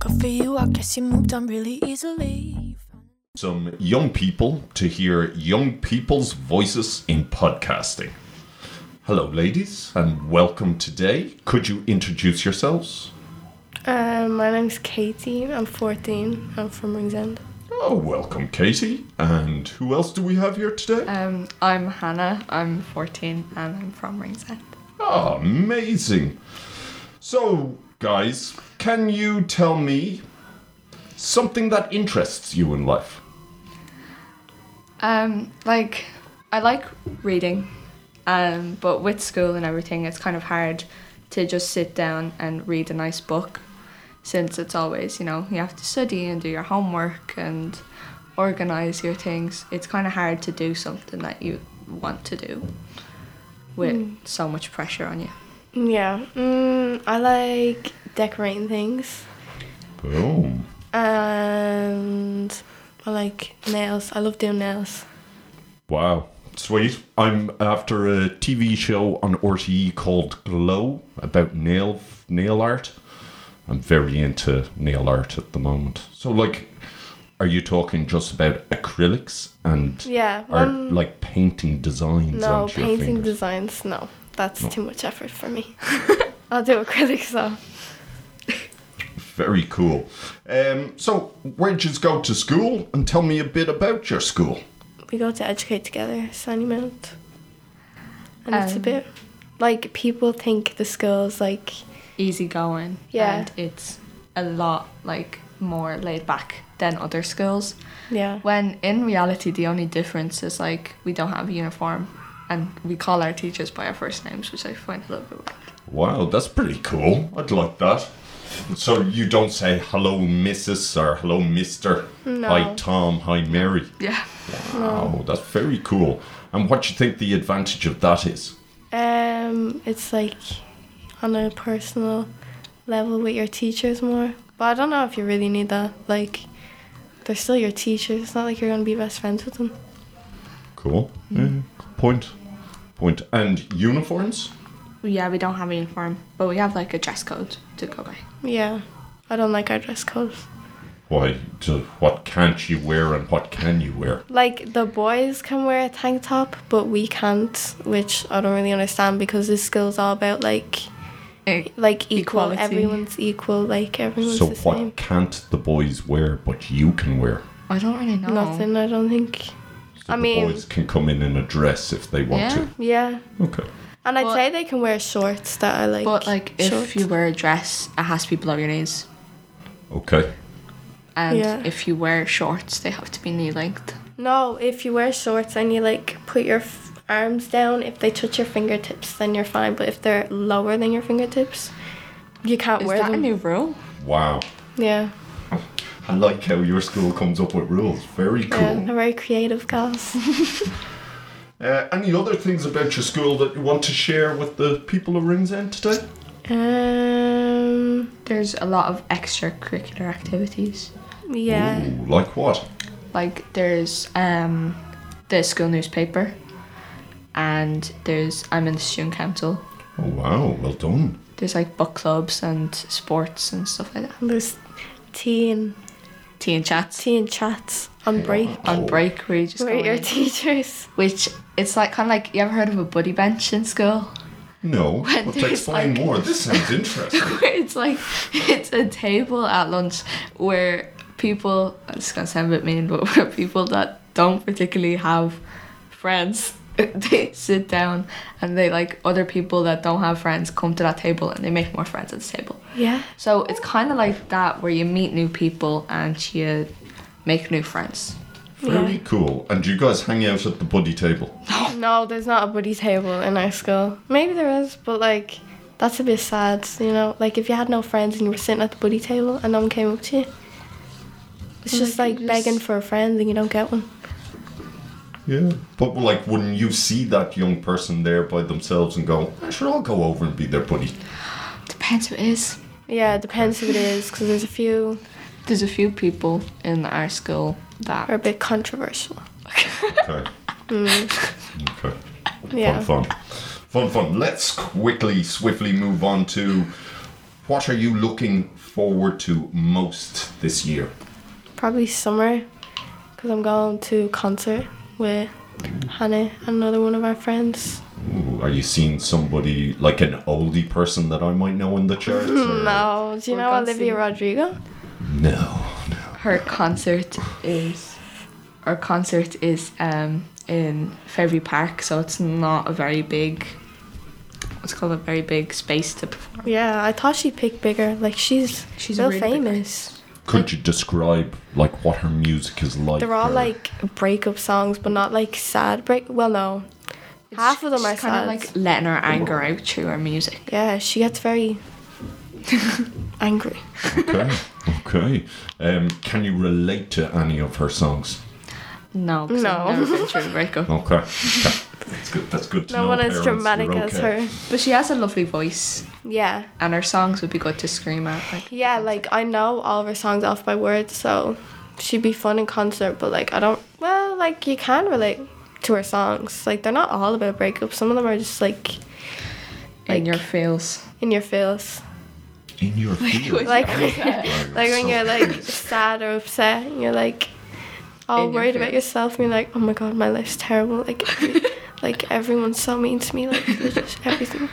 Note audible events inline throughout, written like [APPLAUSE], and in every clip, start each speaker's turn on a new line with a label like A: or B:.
A: Good for you, I guess you moved on really easily.
B: some young people to hear young people's voices in podcasting. Hello, ladies, and welcome today. Could you introduce yourselves?
C: Um, my name's Katie. I'm 14. I'm from Ringsend.
B: Oh, welcome, Katie. And who else do we have here today?
D: Um, I'm Hannah. I'm 14 and I'm from Ringsend.
B: Ah, amazing. So, guys, can you tell me something that interests you in life?
D: Um, like I like reading, um, but with school and everything, it's kind of hard to just sit down and read a nice book, since it's always you know you have to study and do your homework and organize your things. It's kind of hard to do something that you want to do with so much pressure on you.
C: Yeah. Mm, I like decorating things.
B: Boom.
C: And I like nails. I love doing nails.
B: Wow. Sweet. I'm after a TV show on RTE called Glow about nail nail art. I'm very into nail art at the moment. So like are you talking just about acrylics and
C: Yeah.
B: are
C: um,
B: like painting designs
C: no,
B: onto your
C: painting
B: fingers?
C: designs. No, that's too much effort
B: [LAUGHS]
C: for me. I'll do acrylics though.
B: very cool. Um, so where'd you go to school and tell me a bit about your school?
C: We go to educate together, Sandy Mount. And it's a
D: Um,
C: bit like people think the school's like
D: easygoing.
C: Yeah.
D: And it's a lot like more laid back than other schools.
C: yeah.
D: When in reality the only difference is like we don't have a uniform and we call our teachers by our first names, which I find a little bit weird.
B: Wow, that's pretty cool. I'd like that. So you don't say hello, Mrs. or hello, Mister. Hi, Tom. Hi, Mary.
D: Yeah.
B: Wow, that's very cool. And what do you think the advantage of that is?
C: Um, it's like on a personal level with your teachers more. But I don't know if you really need that. Like, they're still your teachers. It's not like you're gonna be best friends with them.
B: Cool.
C: Hmm.
B: Yeah, good point. Point. And uniforms?
D: Yeah, we don't have a uniform, but we have like a dress code to go by.
C: Yeah, I don't like our dress code.
B: Why? To what can't you wear and what can you wear?
C: Like the boys can wear a tank top, but we can't, which I don't really understand because this school's all about like like equal.
D: Equality.
C: Everyone's equal. Like everyone's
B: so
C: the
B: what
C: same.
B: can't the boys wear but you can wear?
D: I don't really know.
C: Nothing. I don't think.
B: So
C: I
B: the
C: mean-
B: boys can come in in a dress if they want
D: Yeah.
C: Yeah,
B: to. Okay.
C: and I'd
D: But-
C: say they can wear shorts that are like.
D: But like if
C: short.
D: you wear a dress, it has to be below your knees.
B: Okay.
D: And
C: Yeah.
D: if you wear shorts, they have to be knee length.
C: No, if you wear shorts and you like put your f- arms down, if they touch your fingertips, then you're fine. But if they're lower than your fingertips, you can't
D: Is
C: wear
D: that
C: them.
D: a new rule?
B: Wow.
C: yeah,
B: I like how your school comes up with rules. Very
C: yeah,
B: cool.
C: they're very creative girls. [LAUGHS]
B: Uh, any other things about your school that you want to share with the people of Ringsend today?
C: um,
D: There's a lot of extracurricular activities.
C: yeah,
B: Ooh, like what?
D: Like there's um, the school newspaper, and there's I'm in the student council.
B: Oh wow, well done.
D: There's like book clubs and sports and stuff like that.
C: and there's tea and
D: Tea and chats
C: tea and chats on break.
D: on break where you just go
C: Where your
D: in,
C: teachers?
D: which it's like kind of like you ever heard of a buddy bench in school? [LAUGHS]
B: No,
D: When
B: but
D: do you
B: explain
D: like-
B: more. This sounds
D: [LAUGHS]
B: interesting.
D: it's like it's a table at lunch where people it's gonna sound a bit mean, but [LAUGHS] where people that don't particularly have friends [LAUGHS] they sit down and they like other people that don't have friends come to that table and they make more friends at this table.
C: Yeah,
D: So it's kind of like that where you meet new people and you make new friends.
B: Very cool. And you guys hang out at the buddy table.
C: no, there's not a buddy table in our school. Maybe there is, but like. That's a bit sad, you know. Like if you had no friends and you were sitting at the buddy table and no one came up to you, it's
D: Well,
C: just
D: like,
C: like
D: you just-
C: begging for a friend and you don't get one.
B: Yeah. But like, wouldn't you see that young person there by themselves and go, I should all go over and be their
D: [LAUGHS]
B: buddy?
D: Depends who it is.
C: Yeah, it depends who it is because there's a few
D: There's a few people in our school
C: are a
D: that
C: bit controversial.
D: Mm.
B: Okay. Okay.
C: Yeah,
B: Fun, fun. Fun, fun. Let's quickly, swiftly move on to what are you looking forward to most this year?
C: Probably summer, because I'm going to a concert with Hannah and another one of our friends.
B: Ooh, are you seeing somebody like an oldie person that I might know in the church? or-
C: [LAUGHS] No, Oh, do you
D: We're
C: know
D: gonna
C: Olivia
D: see.
C: Rodrigo?
B: No.
D: Her concert is her concert is um in Fairview Park, so it's not a very big what's it called a very big space to perform.
C: Yeah, I thought she picked bigger. Like she's
D: She's
C: she's real
D: really big
C: famous.
B: Could you describe like what her music is like?
C: They're all
B: or-
C: like breakup songs, but not like sad break. Well, no, half of them are
D: kind
C: sad.
D: of like letting her anger out through her music.
C: yeah, she gets [LAUGHS] very angry.
B: okay, okay. Um, can you relate to any of her songs?
D: No, because
C: No.
D: I've never been through
C: [LAUGHS]
D: a breakup.
B: Okay, Okay. that's good. That's good. To
C: No
B: know,
C: one as
B: parents,
C: dramatic
B: you're
C: as
B: okay.
C: her.
D: But she has a lovely voice,
C: Yeah,
D: and her songs would be good to scream at. Like,
C: yeah. Like I know all of her songs off by words, so she'd be fun in concert. But like I don't. Well, like you can relate to her songs. Like they're not all about breakups. Some of them are just like
D: in
C: Like-
D: your feels.
C: in your feels.
B: In your field.
C: [LAUGHS] Like
B: Right,
C: like when
B: so-
C: you're
D: [LAUGHS]
C: like sad or upset and you're like all
D: In your
C: worried about
D: feels.
C: yourself and you're like oh my god my life's terrible like
D: [LAUGHS]
C: every, like everyone's so mean to me like they're just everything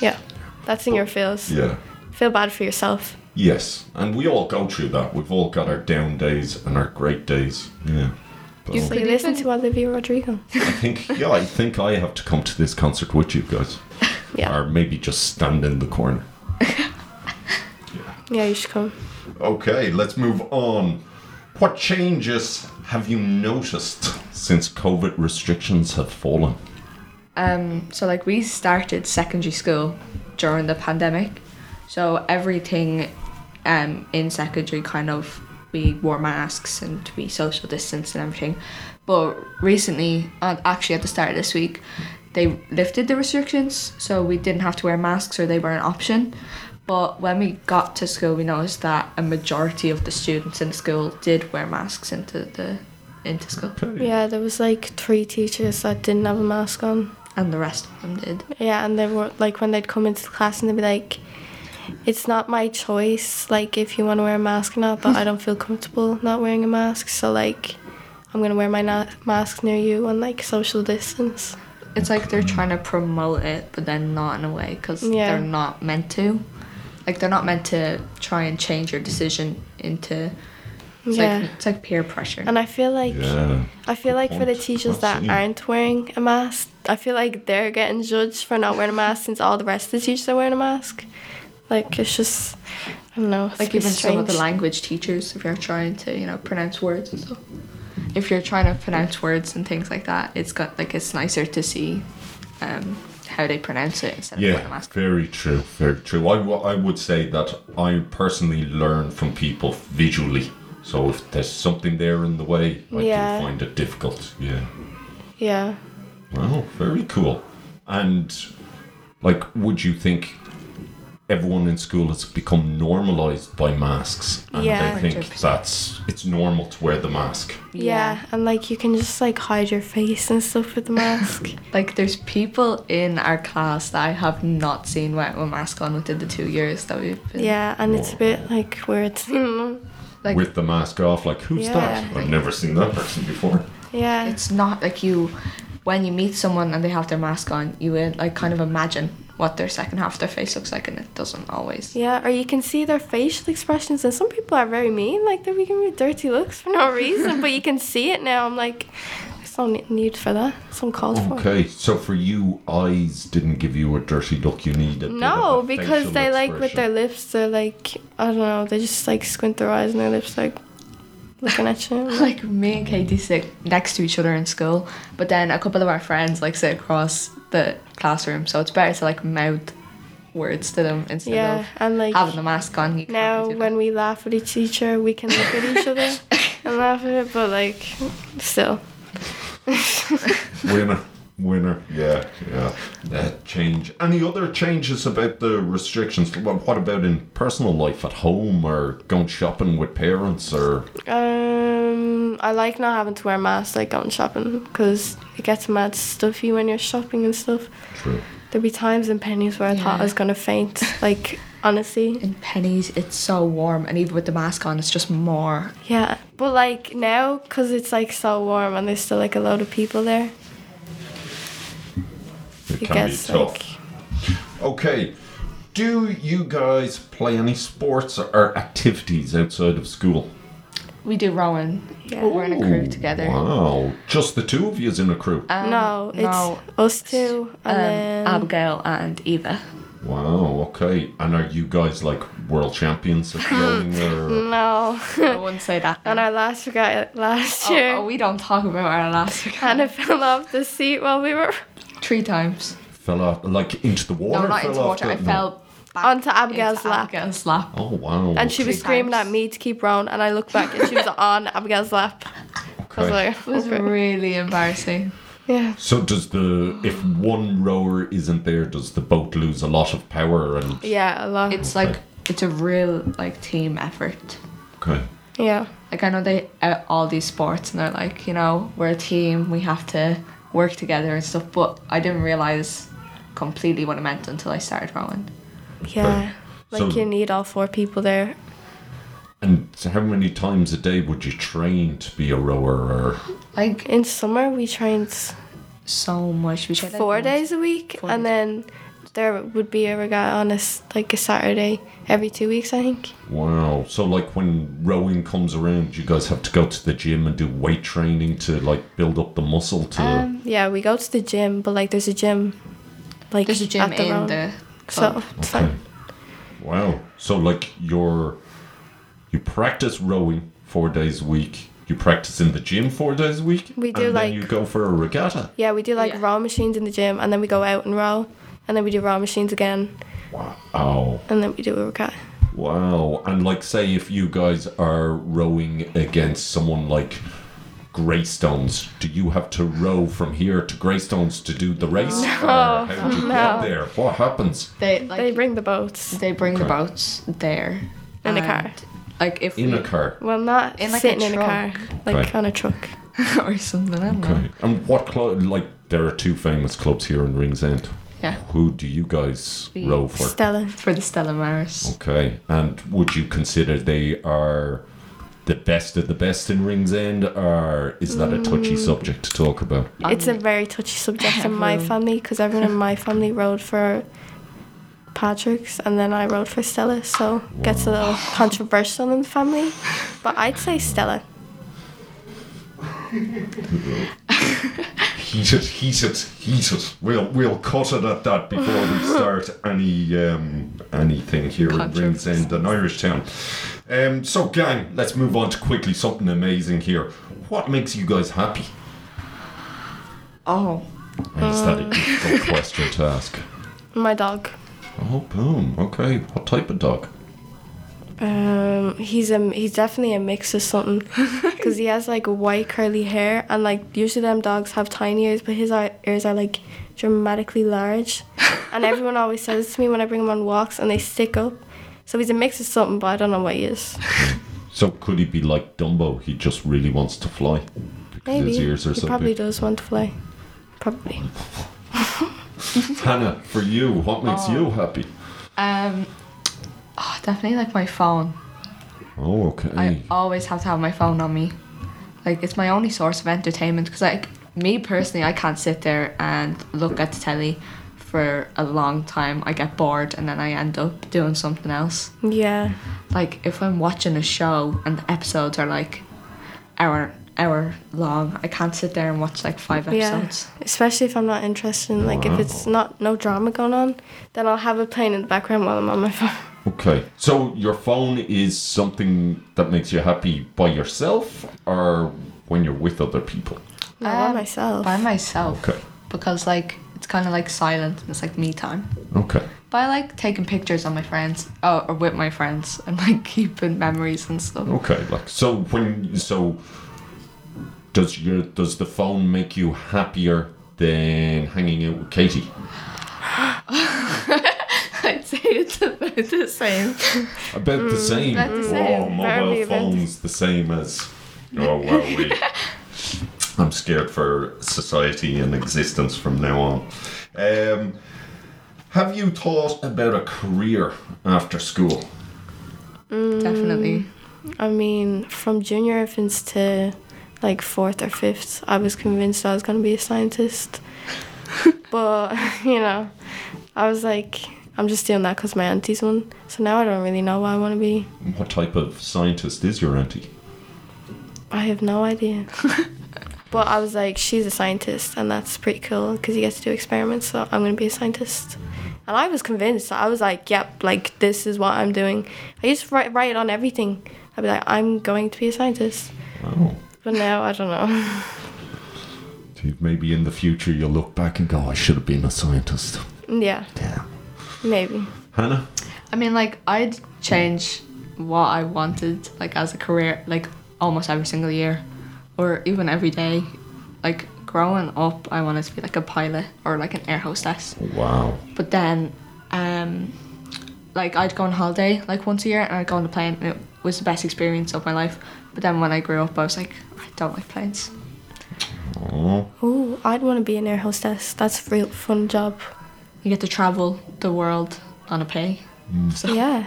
C: yeah that's in your feels
B: Yeah.
C: feel bad for yourself
B: Yes, and we all go through that. We've all got our down days and our great days. Yeah. But
D: You
B: um,
C: so
D: Could
C: you listen
D: even-
C: to Olivia Rodrigo
B: I think yeah, I think I have to come to this concert with you guys,
C: yeah
B: or maybe just stand in the corner.
C: yeah you should come
B: Okay, let's move on. What changes have you noticed since COVID restrictions have fallen?
D: Um, so like we started secondary school during the pandemic, so everything um, in secondary kind of we wore masks and we social distanced and everything. But recently, uh, actually at the start of this week, they lifted the restrictions, so we didn't have to wear masks or they were an option. But when we got to school, we noticed that a majority of the students in the school did wear masks into the into school,
C: yeah there was like three teachers that didn't have a mask on
D: and the rest of them did.
C: Yeah, and they were like when they'd come into the class and they'd be like, "It's not my choice. Like if you want to wear a mask or not, but I don't feel comfortable not wearing a mask. So like, I'm gonna wear my na- mask near you and like social distance.
D: It's like they're trying to promote it, but then not in a way because
C: Yeah.
D: they're not meant to. Like they're not meant to try and change your decision into. It's
C: yeah,
D: like it's like peer pressure.
C: and I feel like
B: Yeah.
C: I feel like for the
B: point.
C: teachers that
B: Absolutely.
C: aren't wearing a mask, I feel like they're getting judged for not wearing a mask since all the rest of the teachers are wearing a mask. Like it's just, I don't know. It's
D: like
C: a bit
D: even some of the
C: strange.
D: language teachers, if you're trying to you know pronounce words and stuff. If you're trying to pronounce words and things like that, it's got like it's nicer to see um, how they pronounce it instead of wearing a
B: Yeah,
D: mask.
B: very true, very true. I, w- I would say that I personally learn from people visually. So if there's something there in the way, I
C: Yeah.
B: do find it difficult. Yeah.
C: Yeah.
B: Wow, very cool. And like, would you think everyone in school has become normalized by masks? And
C: Yeah.
B: they think
D: 100%.
B: that's it's normal to wear the mask.
C: Yeah. and like you can just like hide your face and stuff with the
B: [LAUGHS]
C: mask.
D: Like there's people in our class that I have not seen without a mask on within the two years that we've been.
C: yeah, and it's a bit like weird.
D: Like
B: With the mask off, like who's that?
C: Yeah.
B: I've never seen that person before.
C: yeah,
D: it's not like you when you meet someone and they have their mask on you will like kind of imagine what their second half of their face looks like and it doesn't always
C: yeah, or you can see their facial expressions, and some people are very mean. Like they give you dirty looks for no reason, but you can see it now. I'm like, there's no ne- need for that. It's uncalled for.
B: Okay, so for you, eyes didn't give you a dirty look. You needed
C: No, because they like with their lips, they're like I don't know, they just like squint their eyes and their lips like looking at
D: [LAUGHS]
C: you.
D: like me and katie sit next to each other in school but then a couple of our friends like sit across the classroom so it's better to like mouth words to them instead
C: yeah, and like
D: of having the mask on you can't
C: Now,
D: really do
C: when we laugh at each teacher, we can look at each other and laugh at it, but like, still. [LAUGHS]
B: winner, winner. Yeah, yeah. That change. Any other changes about the restrictions? Wha- What about in personal life at home or going shopping with parents or
C: Um, I like not having to wear masks like going shopping because it gets mad stuffy when you're shopping and stuff.
B: True.
C: There'd be times in pennies where I thought I
D: Yeah.
C: was gonna
D: [LAUGHS]
C: faint. Like honestly,
D: In pennies, it's so warm, and even with the mask on, it's just more.
C: yeah. But like now, cause it's like so warm and there's still like a load of people there.
B: It,
C: It
B: can be
C: gets
B: tough.
C: like
B: Okay. Do you guys play any sports or activities outside of school?
D: We do rowing.
C: Yeah.
D: We're in a crew
B: Ooh,
D: together.
B: Wow. Just the two of you in a crew.
D: Um,
C: no, it's
D: no,
C: us two and then
D: um, Abigail and [LAUGHS] Eva.
B: wow, okay. And are you guys like world champions of
D: [LAUGHS]
B: rowing or
C: no. [LAUGHS]
D: I wouldn't say that.
C: and our last guy last
D: Oh,
C: year,
D: oh, we don't talk about our last [LAUGHS] account.
C: Hannah [LAUGHS] fell off the seat while we were
D: Three times.
B: fell off like into the water?
D: no, not
B: fell
D: into
B: off
D: water.
B: the-
D: I
B: no.
D: fell back
C: Onto Abigail's
D: into
C: lap.
D: Abigail's lap.
B: Oh wow.
C: and she was
D: Three
C: screaming
D: times.
C: at me to keep rowing, and I looked back and
D: [LAUGHS]
C: she was on Abigail's lap. I was
B: Okay.
C: like,
D: It was
C: okay.
D: really embarrassing.
C: yeah.
B: So does the if one rower isn't there, does the boat lose a lot of power and
C: Yeah, a lot.
D: It's
B: Okay.
D: like it's a real like team effort.
B: Okay.
C: yeah.
D: Like I know they uh, all these sports and they're like you know we're a team. We have to work together and stuff. But I didn't realize completely what it meant until I started rowing.
C: Yeah.
B: So-
C: Like you need all four people there.
B: And so how many times a day would you train to be a rower or
D: Like
C: In summer, we trained
D: so much. We tried, like,
C: four
D: once-
C: days a week,
D: Four
C: and
D: days.
C: then there would be a regatta on a s like a Saturday every two weeks, I think.
B: Wow. So, like, when rowing comes around, you guys have to go to the gym and do weight training to, like, build up the muscle to.
D: Um,
C: Yeah, we go to the gym, but like there's a gym, like
D: there's a gym
C: at the
D: in
C: round.
D: the
C: so
D: club.
C: it's
B: Okay.
C: like
B: Wow. So, like, you're. You practice rowing four days a week. You practice in the gym four days a week.
C: We do,
B: and Then
C: like-
B: you go for a regatta.
C: yeah, we do like
D: Yeah.
C: row machines in the gym, and then we go out and row, and then we do row machines again,
B: Wow.
C: and then we do a regatta.
B: Oh, Wow. And, like, say if you guys are rowing against someone like. Greystones, do you have to row from here to Greystones to do the race? No, how do you get there? What happens?
D: They like
C: They bring the boats
D: They bring the
B: Okay.
D: boats there
C: in a
D: and,
C: car.
D: like if
B: in
D: we,
B: a car.
C: Well, not
D: In, like, a
C: sitting in a car,
D: truck.
C: like
B: Right.
C: on a truck.
D: or something. I don't know.
B: Okay. And what club? Like there are two famous clubs here in Ringsend.
D: Yeah,
B: Who do you guys
D: We-
B: row for?
C: Stella.
D: for the Stella Maris.
B: Okay. And would you consider they are the best of the best in Ringsend, or is that a touchy subject to talk about?
C: It's a very touchy subject in my
D: Everyone.
C: family because everyone in my family rode for Patrick's and then I rode for Stella, so it gets a little controversial in the family. But I'd say Stella.
B: Heat it, heat it, heat it. We'll we'll cut it at that before we start any um, anything here in Ringsend and Irish Town. Um, so, gang, let's move on to quickly something amazing here. What makes you guys happy?
D: Oh,
B: And is that a difficult question to ask?
C: My dog.
B: Oh, boom. Okay. What type of dog?
C: Um, he's a he's definitely a mix of something because he has like white curly hair and like usually them dogs have tiny ears, but his ar- ears are like dramatically large. and everyone always says this to me when I bring him on walks, and they stick up. So he's a mix of something, but I don't know what he is.
B: So could he be like Dumbo? He just really wants to fly. Because
C: Maybe
B: his ears are
C: he
B: so
C: probably
B: big.
C: does want to fly. Probably.
B: [LAUGHS] Hannah, for you, what makes
C: Oh.
B: you happy?
D: um, oh, definitely like my phone.
B: Oh, okay.
D: I always have to have my phone on me. Like it's my only source of entertainment because like me personally, I can't sit there and look at the telly for a long time. I get bored and then I end up doing something else.
C: Yeah.
D: like if I'm watching a show and the episodes are like hour hour long, I can't sit there and watch like five episodes.
C: Yeah. Especially if I'm not interested in like if it's not no drama going on, then I'll have it playing in the background while I'm on my phone. [LAUGHS]
B: Okay. So your phone is something that makes you happy by yourself or when you're with other people?
C: No,
D: Um,
C: by myself.
D: By myself.
B: Okay.
D: Because like it's kind of like silent and it's like me time.
B: Okay.
D: But I like taking pictures of my friends oh, or with my friends and like [LAUGHS] keeping memories and stuff. [LAUGHS]
B: Okay. Like so when so does your does the phone make you happier than hanging out with Katie?
D: I'd say it's [LAUGHS] about the same.
B: About the same.
D: about Mm, the same.
B: Oh, mobile
C: Very about the-
B: phones the same as Oh well,
D: [LAUGHS]
B: we. I'm scared for society and existence from now on. Um, have you thought about a career after school?
D: Definitely.
C: I mean, from junior infants to like fourth or fifth, I was convinced I was going to be a
D: [LAUGHS]
C: scientist. but, [LAUGHS] you know, I was like, I'm just doing that because my auntie's one. So now I don't really know what I want to be.
B: What type of scientist is your auntie?
C: I have no [LAUGHS] idea. but I was like, she's a scientist, and that's pretty cool because you get to do experiments. So I'm going to be a scientist. And I was convinced. I was like, yep, like this is what I'm doing. I used to write, write it on everything. I'd be like, I'm going to be a scientist.
B: Oh,
C: But now I don't know. [LAUGHS]
B: maybe in the future you'll look back and go, I should have been a scientist.
C: yeah,
B: Yeah.
C: maybe.
B: Hannah?
D: I mean, like, I'd change what I wanted, like, as a career, like, almost every single year or even every day. Like, growing up, I wanted to be like a pilot or like an air hostess.
B: Wow.
D: But then, um, like, I'd go on holiday, like, once a year and I'd go on the plane and it was the best experience of my life. But then when I grew up, I was like, I don't like planes.
B: Oh,
C: Ooh, I'd want to be an air hostess. That's a real fun job.
D: You get to travel the world on a plane. So,
C: Yeah.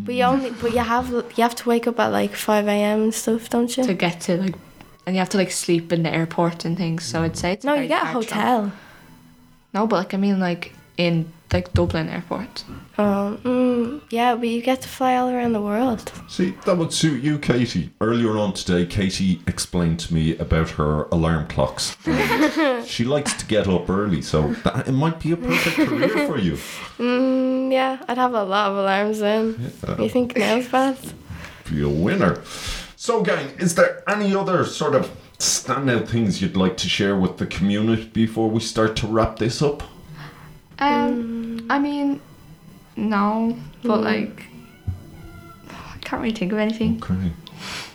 C: But you only, but you have, you have to wake up at like five a.m. and stuff, don't
D: to
C: you?
D: get to, like, and you have to, like, sleep in the airport and things. So I'd say it's
C: No,
D: very
C: you get a
D: hard job.
C: hotel.
D: No, but like I mean, like in like Dublin airport.
C: Um, mm, yeah, but you get to fly all around the world.
B: see, that would suit you, Katie. Earlier on today, Katie explained to me about her alarm clocks. And she likes to get up early, so that, it might be a perfect career for you.
C: Mm, yeah, I'd have a lot of alarms then. You think now's bad?
B: be a winner. So, gang, is there any other sort of standout things you'd like to share with the community before we start to wrap this up?
C: Mm.
D: Um, I mean, no, but like I can't really think of anything.
B: Okay.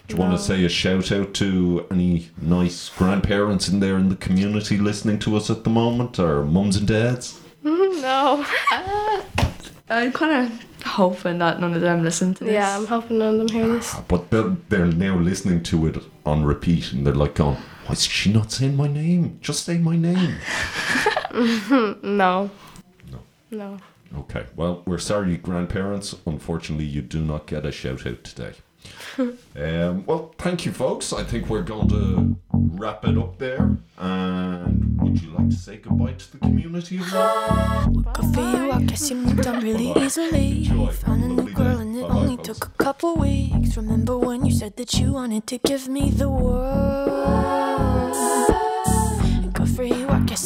B: Do you want to say a shout out to any nice grandparents in there in the community listening to us at the moment, or mums and dads?
C: [LAUGHS] No.
D: I'm kind of hoping that none of them listen to
C: [LAUGHS]
D: this.
C: Yeah, I'm hoping none of them hear this.
B: But they're, they're now listening to it on repeat and they're like, going, why is she not saying my name? Just say my name. No.
C: No. No.
B: Okay, well, we're sorry, grandparents. Unfortunately, you do not get a shout out today. um, well, thank you, folks. I think we're going to wrap it up there. And would you like to say goodbye to the community? as well?
A: Good for you, I guess you moved on really easily.
B: Enjoy.
A: Found a new
B: Lovely
A: girl
B: day.
A: and it
B: Bye-bye,
A: only
B: folks.
A: took a couple weeks. Remember when you said that you wanted to give me the world? And Good for you, I guess